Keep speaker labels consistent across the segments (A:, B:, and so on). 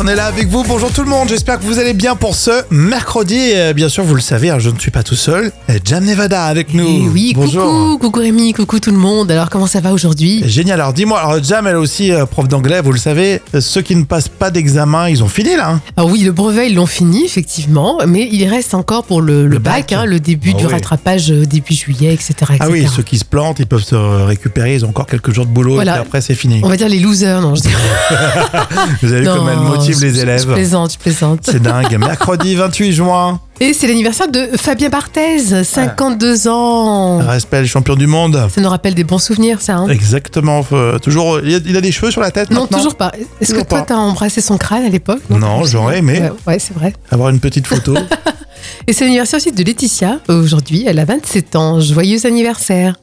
A: on est là avec vous. Bonjour tout le monde, j'espère que vous allez bien pour ce mercredi. Et, euh, bien sûr, vous le savez, hein, je ne suis pas tout seul. Euh, Jam Nevada avec nous.
B: Eh oui,
A: Bonjour.
B: coucou, coucou Rémi, coucou tout le monde. Alors comment ça va aujourd'hui
A: Génial, alors dis-moi, alors Jam, elle aussi, euh, prof d'anglais, vous le savez, euh, ceux qui ne passent pas d'examen, ils ont fini là. hein.
B: Alors Ah oui, le brevet ils l'ont fini effectivement, mais il reste encore pour le, le
A: Le bac.
B: bac, hein, le début
A: Ah
B: du
A: oui.
B: rattrapage euh, début juillet, etc.
A: Ah
B: etc.
A: oui, ceux qui se plantent, ils peuvent se récupérer, ils ont encore quelques jours de boulot,
B: Voilà.
A: et puis après c'est fini.
B: On va dire les losers, non je dis
A: Vous avez vu
B: non,
A: comme elle motive
B: je-
A: les
B: je- Je
A: élèves.
B: plaisante, je plaisante.
A: C'est dingue. Mercredi 28 juin,
B: Et c'est l'anniversaire de Fabien Barthez,
A: Ah.
B: 52 ans.
A: respect le champion du monde.
B: Ça nous rappelle des bons souvenirs, ça. hein
A: Exactement, euh, toujours, il a, il a des cheveux sur la tête
B: non,
A: maintenant
B: toujours pas. Est-ce que
A: Toujours
B: toi
A: pas.
B: t'as embrassé son crâne à l'époque
A: Non, j'aurais aimé.
B: Ouais, ouais, c'est vrai.
A: Avoir une petite photo.
B: Et c'est l'anniversaire aussi de Laetitia. Aujourd'hui, elle a 27 ans. Joyeux anniversaire.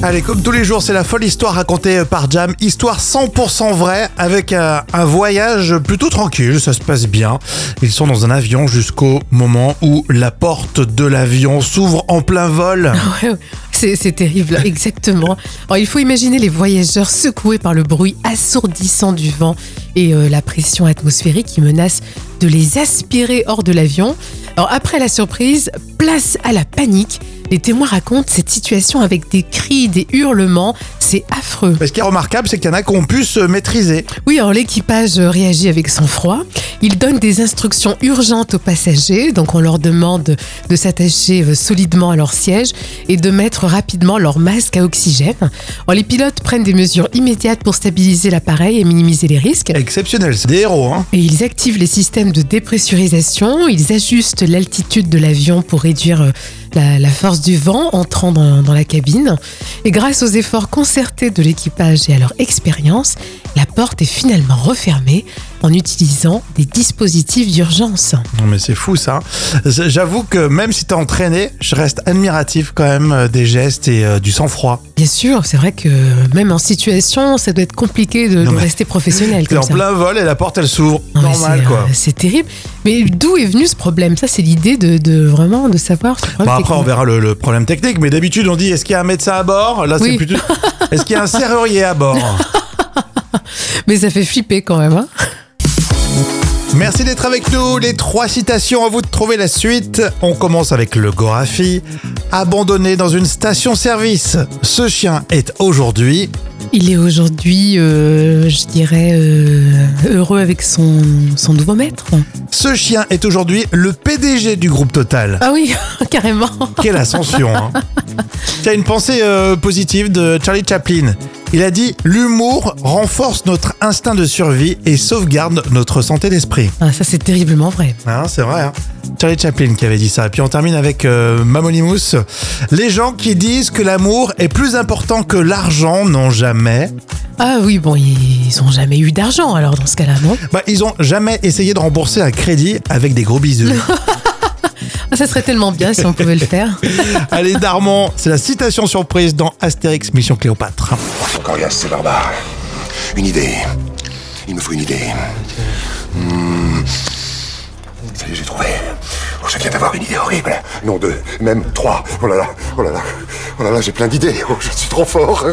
A: Allez, comme tous les jours, c'est la folle histoire racontée par Jam. Histoire 100% vraie avec euh, un voyage plutôt tranquille, ça se passe bien. Ils sont dans un avion jusqu'au moment où la porte de l'avion s'ouvre en plein vol.
B: Ouais, ouais. C'est c'est terrible, exactement. Alors, il faut imaginer les voyageurs secoués par le bruit assourdissant du vent et euh, la pression atmosphérique qui menace de les aspirer hors de l'avion. Alors après la surprise, place à la panique. Les témoins racontent cette situation avec des cris, des hurlements. C'est affreux.
A: Mais ce qui est remarquable, c'est qu'il y en a qui ont pu se maîtriser.
B: Oui, alors l'équipage euh, réagit avec sang-froid. Il donne des instructions urgentes aux passagers, donc on leur demande de s'attacher euh, solidement à leur siège et de mettre rapidement leur masque à oxygène. Alors, les pilotes prennent des mesures immédiates pour stabiliser l'appareil et minimiser les risques.
A: Exceptionnel, c'est des héros, hein.
B: Et ils activent les systèmes de dépressurisation, ils ajustent l'altitude de l'avion pour réduire euh, la, la force du vent entrant dans, dans la cabine. Et grâce aux efforts concertés de l'équipage et à leur expérience, la porte est finalement refermée en utilisant des dispositifs d'urgence.
A: Non mais c'est fou ça. J'avoue que même si t'es entraîné, je reste admiratif quand même euh, des gestes et euh, du sang-froid.
B: Bien sûr, c'est vrai que même en situation, ça doit être compliqué de,
A: Non,
B: de
A: mais
B: rester professionnel
A: T'es
B: comme
A: en
B: ça.
A: plein vol et la porte elle s'ouvre.
B: Non, mais
A: Normal
B: c'est- euh,
A: quoi.
B: C'est terrible. Mais d'où est venu ce problème Ça, c'est l'idée de, de vraiment de savoir. ce problème
A: Bon, Bah, après,
B: technique.
A: on verra le, le problème technique, mais d'habitude, on dit est-ce qu'il y a un médecin à bord Là, c'est
B: Oui.
A: plutôt. Est-ce qu'il y a un serrurier à bord
B: Mais ça fait flipper quand même. Hein
A: Merci d'être avec nous. Les trois citations, à vous de trouver la suite. On commence avec le Gorafi. Abandonné dans une station-service, ce chien est aujourd'hui.
B: Il est aujourd'hui, euh, je dirais, euh, heureux avec son, son nouveau maître.
A: Ce chien est aujourd'hui le PDG du groupe Total.
B: Ah oui, carrément.
A: Quelle ascension hein. Tiens, une pensée euh, positive de Charlie Chaplin. Il a dit L'humour renforce notre instinct de survie et sauvegarde notre santé d'esprit.
B: Ah, ça, c'est terriblement vrai.
A: Hein, c'est vrai. hein. Charlie Chaplin qui avait dit ça. Puis on termine avec euh, Mamonimus. Les gens qui disent que l'amour est plus important que l'argent n'ont jamais.
B: Ah oui, bon, ils ont jamais eu d'argent alors dans ce cas-là, non
A: Bah, ils ont jamais essayé de rembourser un crédit avec des gros bisous.
B: ah, Ça serait tellement bien si on pouvait le faire.
A: Allez, Darmon, c'est la citation surprise dans Astérix Mission Cléopâtre.
C: sont coriaces, ces barbares. Une idée. Il me faut une idée. Hmm. Ça y est, j'ai trouvé. Oh, je viens d'avoir une idée horrible. Non, deux, même trois. Oh là là, oh là là, oh là là, j'ai plein d'idées. Oh, je suis trop fort.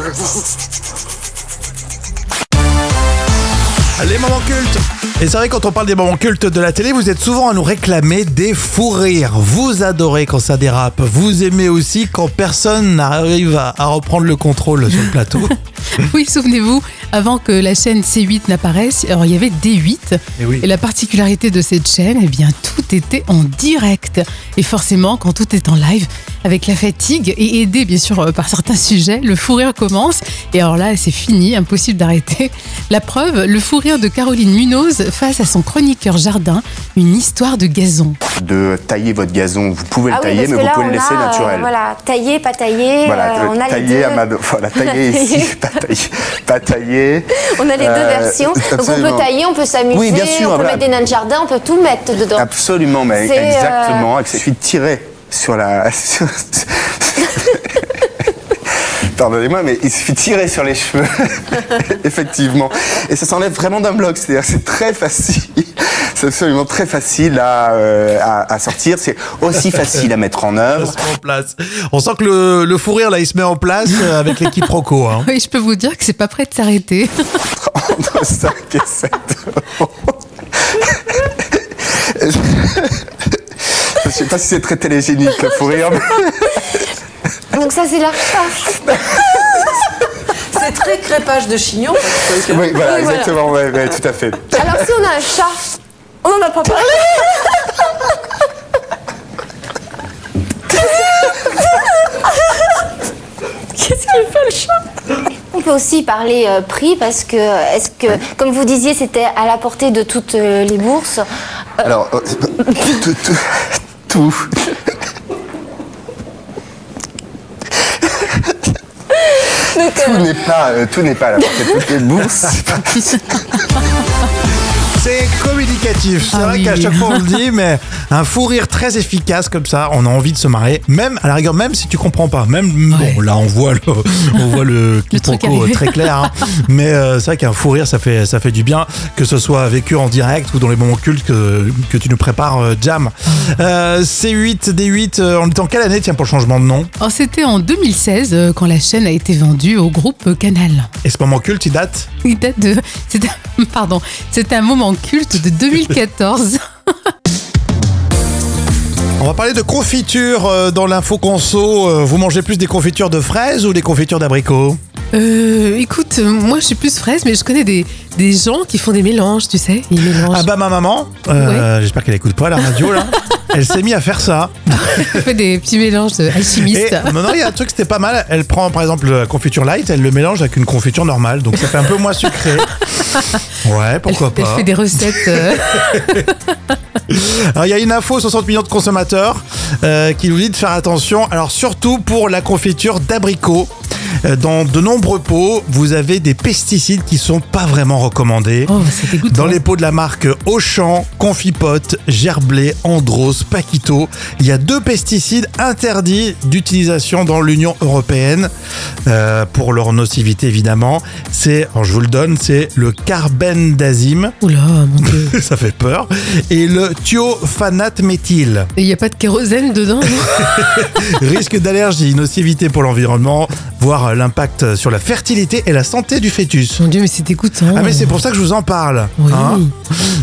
A: Les moments cultes. Et c'est vrai, quand on parle des moments cultes de la télé, vous êtes souvent à nous réclamer des fous rires. Vous adorez quand ça dérape. Vous aimez aussi quand personne n'arrive à, à reprendre le contrôle sur le plateau.
B: Oui, souvenez-vous, avant que la chaîne C8 n'apparaisse, alors il y avait D8.
A: Et oui.
B: Et la particularité de cette chaîne, eh bien, tout était en direct. Et forcément, quand tout est en live, avec la fatigue et aidé bien sûr euh, par certains sujets, le fou rire commence. Et alors là, c'est fini, impossible d'arrêter. La preuve, le fou rire de Caroline Munoz face à son chroniqueur jardin, une histoire de gazon.
D: de tailler votre gazon. Vous pouvez le
E: Ah oui,
D: tailler,
E: parce
D: mais
E: que
D: vous
E: là,
D: pouvez le
E: on
D: laisser
E: a, euh,
D: naturel.
E: voilà, taillé, pas taillé,
D: Voilà,
E: euh, on a les
D: tailler
E: deux,
D: à main de- Voilà, tailler ici, pas tailler. Pas tailler.
E: on a les deux
D: Euh,
E: versions. Donc on peut
D: absolument.
E: tailler, on peut s'amuser,
D: Oui, bien sûr,
E: on peut
D: voilà.
E: mettre des nains de jardin, on peut tout mettre dedans.
D: Absolument, mais
E: C'est, euh,
D: exactement. Je suis tiré sur la. sur- Pardonnez-moi, mais il suffit de tirer sur les cheveux, effectivement. Et ça s'enlève vraiment d'un bloc, c'est-à-dire que c'est très facile, c'est absolument très facile à, euh, à, à sortir, c'est aussi facile à mettre en
A: Ça
D: œuvre.
A: se met en place. On sent que le, le fou rire, là, il se met en place euh, avec l'équipe Rocco. hein.
B: Oui, je peux vous dire que c'est pas près de s'arrêter.
D: entre 5 et 7 euros. sais pas si c'est très télégénique, le fou rire. mais-
E: Donc ça, c'est la recherche.
F: C'est très crépage de chignon. parce que-
D: Oui, voilà,
E: Oui, voilà.
D: exactement, ouais, ouais, tout à fait.
E: Alors si on a un chat, on n'en a pas parlé.
F: Qu'est-ce qu'il fait le chat
E: On peut aussi parler euh, prix parce que, est-ce que, comme vous disiez, c'était à la portée de toutes euh, les bourses.
D: Alors, euh, tout, tout, tout. Tout n'est pas, euh, tout n'est pas à la portée de toutes les bourses.
A: C'est communicatif. C'est
B: Ah
A: vrai
B: oui.
A: qu'à chaque fois on le dit, mais un fou rire très efficace comme ça, on a envie de se marrer. Même à la rigueur, même si tu comprends pas. Même bon, là on voit le, on voit le,
B: truc
A: quiproquo,
B: arriver.
A: euh, très clair. hein. mais euh, c'est vrai qu'un fou rire, ça fait, ça fait du bien, que ce soit vécu en direct ou dans les moments cultes que, que tu nous prépares, euh, Jam.
B: Ah.
A: Euh, C8, D8, euh, on était en quelle année tiens pour le changement de nom
B: Alors, C'était en 2016 euh, quand la chaîne a été vendue au groupe euh, Canal.
A: Et ce moment culte, il date
B: Il date de. C'est un, pardon, c'est un moment culte de 2014.
A: On va parler de confiture euh, dans l'info conso. Euh, Vous mangez plus des confitures de fraises ou des confitures d'abricots
B: Euh, écoute, euh, moi je suis plus fraise, mais je connais des, des gens qui font des mélanges, tu sais. Ils mélangent.
A: Ah bah ma maman, euh, j'espère qu'elle écoute pas la radio là. Elle s'est mise à faire ça.
B: Ils font des petits mélanges de
A: Et
B: alchimistes.
A: maintenant il y a un truc c'était pas mal. Elle prend par exemple la confiture light, elle le mélange avec une confiture normale, donc ça fait un peu moins sucré. Ouais, pourquoi
B: Elle
A: pas.
B: fait des recettes. euh,
A: Alors il y a une info 60 millions de consommateurs euh, qui nous dit de faire attention. Alors surtout pour la confiture d'abricot. Euh, Dans de nombreux pots, vous avez des pesticides qui sont pas vraiment recommandés.
B: Oh, c'est dégoûtant.
A: Dans les pots de la marque Auchan, Confipote, Gerblé, Andros, Paquito, il y a deux pesticides interdits d'utilisation dans l'Union européenne euh, pour leur nocivité évidemment. C'est, alors je vous le donne, c'est le carbendazime,
B: Oula, mon dieu.
A: ça fait peur, et le thiophanateméthyle.
B: Et Il n'y a pas de kérosène dedans non
A: Risque d'allergie, nocivité pour l'environnement, voire l'impact sur la fertilité et la santé du fœtus.
B: Mon dieu, mais c'est dégoûtant.
A: Ah mais c'est Ah. pour ça que je vous en parle. hein.
B: Oui.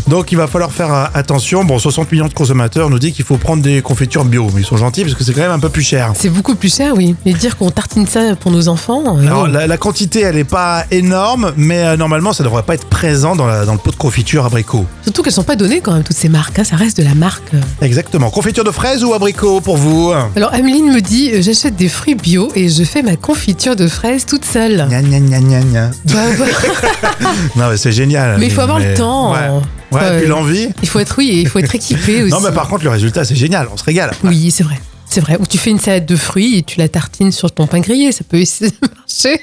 A: Donc il va falloir faire euh, attention. Bon, 60 millions de consommateurs nous disent qu'il faut prendre des confitures bio, mais ils sont gentils parce que c'est quand même un peu plus cher.
B: C'est beaucoup plus cher, oui. Mais dire qu'on tartine ça pour nos enfants. euh,
A: Alors la, la quantité, elle n'est pas énorme, mais euh, normalement ça devrait pas être présent dans, la- dans le pot de confiture abricot.
B: Surtout qu'elles sont pas données quand même toutes ces marques, hein, ça reste de la marque. euh.
A: Exactement. Confiture de fraises ou abricot pour vous
B: Alors Ameline me dit euh, j'achète des fruits bio et je fais ma confiture de fraises toute seule.
A: Gna, gna, gna, gna, gna.
B: Bah, bah,
A: Non mais c'est génial.
B: Mais il faut avoir le temps.
A: Ouais,
B: Faut,
A: Ouais, et puis
B: euh,
A: l'envie.
B: il faut être oui, et il faut être équipé aussi.
A: Non mais par contre le résultat c'est génial, on se régale.
B: Oui, c'est vrai. C'est vrai. Ou tu fais une salade de fruits et tu la tartines sur ton pain grillé, ça peut essayer de marcher.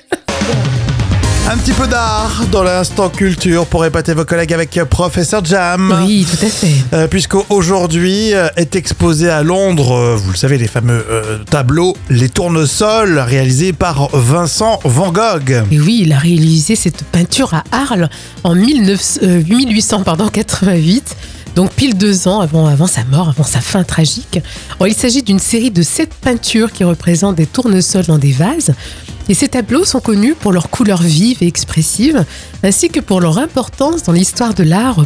A: Un petit peu d'art dans l'instant culture pour épater vos collègues avec euh, Professeur Jam.
B: Oui, tout à fait.
A: Euh, puisqu'aujourd'hui euh, est exposé à Londres, euh, vous le savez, les fameux euh, tableaux Les Tournesols, réalisés par Vincent Van Gogh.
B: Et oui, il a réalisé cette peinture à Arles en 1900, euh, 1800, pardon, 88, donc pile deux ans avant, avant sa mort, avant sa fin tragique. Alors, il s'agit d'une série de sept peintures qui représentent des tournesols dans des vases. Et ces tableaux sont connus pour leurs couleurs vives et expressives, ainsi que pour leur importance dans l'histoire de l'art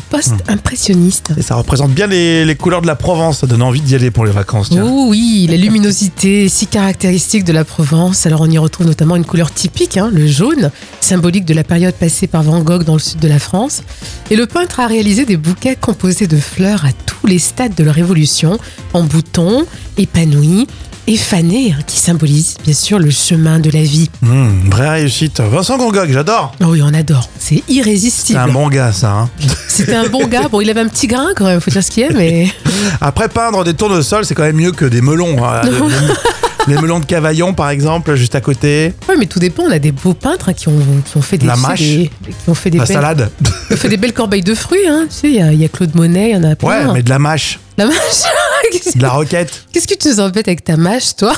B: post-impressionniste.
A: Et ça représente bien les, les couleurs de la Provence, ça donne envie d'y aller pour les vacances. tiens.
B: Oh oui, la luminosité est si caractéristique de la Provence. Alors on y retrouve notamment une couleur typique, hein, le jaune, symbolique de la période passée par Van Gogh dans le sud de la France. Et le peintre a réalisé des bouquets composés de fleurs à tous les stades de leur évolution, en boutons, épanouis, effanés, hein, qui symbolisent bien sûr le chemin de la vie.
A: Mmh, vraie réussite. Vincent Van Gogh, j'adore.
B: Oh oui, on adore, c'est
A: C'est
B: irrésistible.
A: un bon gars ça. hein.
B: C'était un bon gars, bon il avait un petit grain quand même, faut dire ce qu'il est, mais...
A: Après peindre des tournesols, c'est quand même mieux que des melons. hein. Les- les, les melons de Cavaillon par exemple, juste à côté.
B: Ouais, mais tout dépend. On a des beaux peintres hein, qui, ont, qui ont fait des,
A: La
B: tu sais,
A: mâche.
B: des- qui ont fait des
A: la
B: belles,
A: salade.
B: qui ont fait des belles corbeilles de fruits. Hein. Tu sais, il y, a- il y a Claude Monet, il y en a
A: Ouais,
B: plein.
A: mais de la mâche,
B: La mâche. Qu'est-ce
A: de la roquette.
B: qu'est-ce que tu nous embêtes avec ta mâche, toi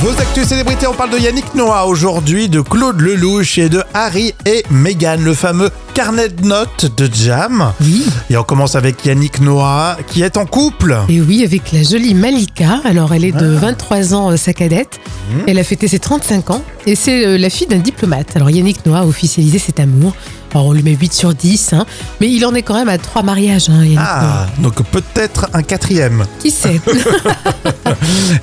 A: Vos actus célébrités, on parle de Yannick Noah aujourd'hui, de Claude Lelouch et de Harry et Meghan, le fameux carnet de notes de Jam.
B: Oui.
A: Et on commence avec Yannick Noah qui est en couple.
B: Et oui, avec la jolie Malika. Alors, elle est de
A: Ah.
B: 23 ans, euh, sa cadette.
A: Mmh.
B: Elle a fêté ses 35 ans et c'est euh, la fille d'un diplomate. Alors, Yannick Noah a officialisé cet amour Alors, on lui met 8 sur 10, hein. mais il en est quand même à 3 mariages. hein, Yannick Noah.
A: Ah, donc peut-être un quatrième.
B: Qui sait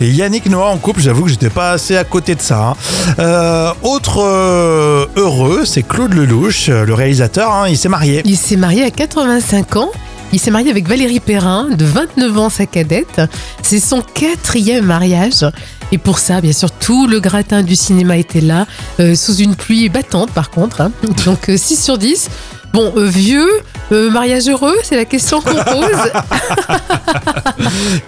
A: Et Yannick Noah en couple, j'avoue que j'étais pas assez à côté de ça. hein. Euh, autre euh, heureux, c'est Claude Lelouch, euh, le réalisateur. hein, il s'est marié.
B: Il s'est marié à 85 ans. Il s'est marié avec Valérie Perrin, de 29 ans, sa cadette. C'est son quatrième mariage. Et pour ça, bien sûr, tout le gratin du cinéma était là, euh, sous une pluie battante par contre. hein. Donc euh, 6 sur 10. Bon, euh, vieux, euh, mariage heureux, c'est la question qu'on pose.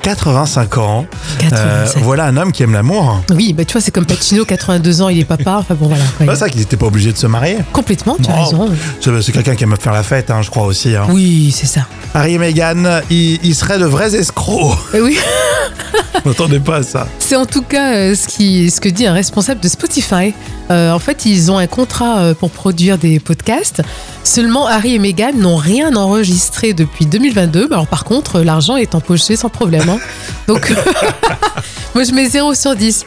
A: 85 ans. Euh,
B: 85.
A: voilà un homme qui aime l'amour.
B: Oui, bah, tu vois, c'est comme Pacino, 82 ans, il est papa. Enfin bon, voilà.
A: C'est
B: ouais.
A: pas ça qu'ils n'étaient pas obligés de se marier.
B: Complètement, tu as
A: Oh.
B: raison.
A: C'est c'est quelqu'un qui aime faire la fête, hein, je crois aussi. hein.
B: Oui, c'est ça.
A: Harry et Meghan, ils, ils seraient de vrais escrocs.
B: Et Euh, oui.
A: N'entendez pas à ça.
B: C'est en tout cas euh, ce, qui, ce que dit un responsable de Spotify. Euh, en fait, ils ont un contrat euh, pour produire des podcasts. Seulement, Harry et Meghan n'ont rien enregistré depuis 2022. Bah, Alors, par contre, euh, l'argent est empoché sans problème. hein. Donc, moi, je mets 0 sur 10.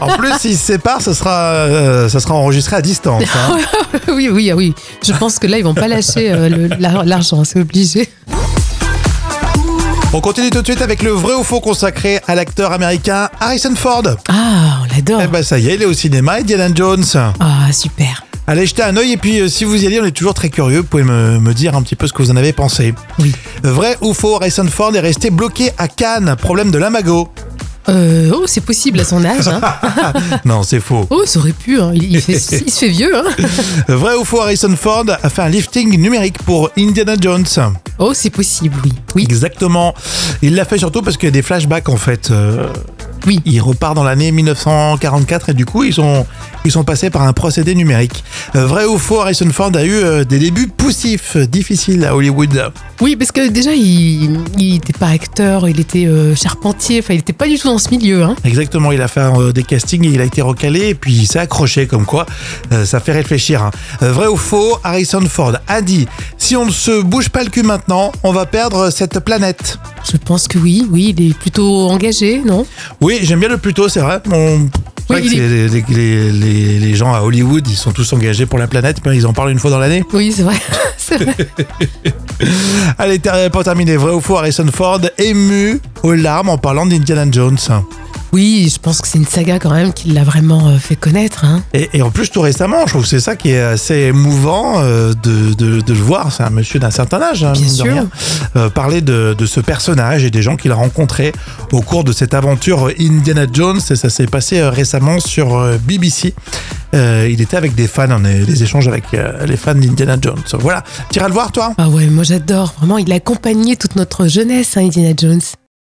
A: En plus, s'ils se séparent, ce sera, euh, ça sera enregistré à distance. hein.
B: oui, oui, ah oui. Je pense que là, ils vont pas lâcher euh, le- la- l'argent, c'est obligé.
A: On continue tout de suite avec le vrai ou faux consacré à l'acteur américain Harrison Ford.
B: Ah, on l'adore.
A: Eh ben ça y est, il est au cinéma, Indiana Jones.
B: Ah, super.
A: Allez jeter un œil et puis euh, si vous y allez, on est toujours très curieux, vous pouvez me, me dire un petit peu ce que vous en avez pensé.
B: Oui.
A: Vrai ou faux, Harrison Ford est resté bloqué à Cannes, problème de l'amago.
B: Euh, oh, c'est possible à son âge. hein.
A: non, c'est faux.
B: Oh, ça aurait pu. hein. Il, il fait- il se fait vieux. hein.
A: Vrai ou faux, Harrison Ford a fait un lifting numérique pour Indiana Jones.
B: Oh, c'est possible, oui. Oui,
A: Exactement. Il l'a fait surtout parce qu'il y a des flashbacks en fait. Euh,
B: oui.
A: il repart dans l'année 1944 et du coup ils ont ils sont passés par un procédé numérique. Euh, vrai ou faux, Harrison Ford a eu euh, des débuts poussifs, euh, difficiles à Hollywood.
B: Oui, parce que déjà, il n'était pas acteur, il était euh, charpentier, enfin, il n'était pas du tout dans ce milieu. Hein.
A: Exactement, il a fait euh, des castings, il a été recalé et puis il s'est accroché comme quoi euh, ça fait réfléchir. hein. Euh, vrai ou faux, Harrison Ford a dit si on ne se bouge pas le cul maintenant, on va perdre cette planète.
B: Je pense que oui, oui, il est plutôt engagé, non
A: Oui, j'aime bien le plutôt, c'est vrai. On- c'est vrai
B: Oui,
A: que
B: il est-
A: les, les- les- les- les gens à Hollywood, ils sont tous engagés pour la planète, mais ils en parlent une fois dans l'année.
B: Oui, c'est vrai. c'est vrai.
A: Allez, ter- pour terminer, vrai ou faux, Harrison Ford ému aux larmes en parlant d'Indiana Jones.
B: Oui, je pense que c'est une saga quand même qui l'a vraiment euh, fait connaître. Hein.
A: Et, et en plus, tout récemment, je trouve que c'est ça qui est assez émouvant euh, de, de- de le voir. C'est un monsieur d'un certain âge, hein,
B: Bien
A: mine de
B: sûr.
A: rien. Euh, parler de, de ce personnage et des gens qu'il a rencontrés au cours de cette aventure Indiana Jones. Et ça s'est passé euh, récemment sur euh, BBC. Euh, il était avec des fans, on a des échanges avec euh, les fans d'Indiana Jones. Voilà. T'iras le voir, toi
B: Ah ouais, moi j'adore. Vraiment, il a accompagné toute notre jeunesse, hein, Indiana Jones.